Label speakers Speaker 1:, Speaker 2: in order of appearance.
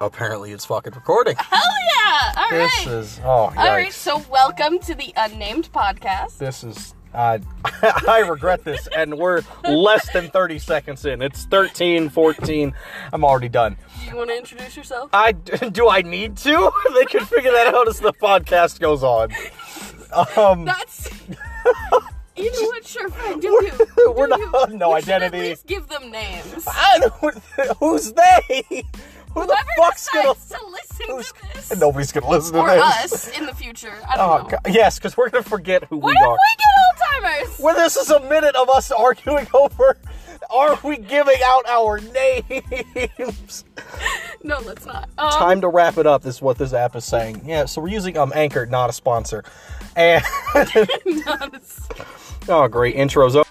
Speaker 1: Apparently, it's fucking recording.
Speaker 2: Hell yeah! All right.
Speaker 3: This is oh
Speaker 2: All right,
Speaker 3: yikes.
Speaker 2: so welcome to the unnamed podcast.
Speaker 3: This is I I regret this, and we're less than 30 seconds in. It's 13, 14. I'm already done.
Speaker 2: Do you want to introduce yourself?
Speaker 3: I do I need to? They can figure that out as the podcast goes on. Um,
Speaker 2: That's you know what? Sure, fine. Do you? do
Speaker 3: we're
Speaker 2: you.
Speaker 3: not no
Speaker 2: You should at
Speaker 3: identity.
Speaker 2: least give them names.
Speaker 3: I don't, who's they? Who the
Speaker 2: Whoever
Speaker 3: fuck's gonna?
Speaker 2: decides to listen
Speaker 3: who's-
Speaker 2: to this
Speaker 3: Nobody's gonna listen to
Speaker 2: or
Speaker 3: this.
Speaker 2: us in the future, I don't
Speaker 3: Oh
Speaker 2: know.
Speaker 3: god, yes, because we're gonna forget who
Speaker 2: What
Speaker 3: we
Speaker 2: if
Speaker 3: are.
Speaker 2: we get old timers?
Speaker 3: Well, this is a minute of us arguing over are we giving out our names?
Speaker 2: No, let's not. Um,
Speaker 3: Time to wrap it up is what this app is saying. Yeah, so we're using um Anchor, not a sponsor. And
Speaker 2: no, it's-
Speaker 3: oh great, intro's over.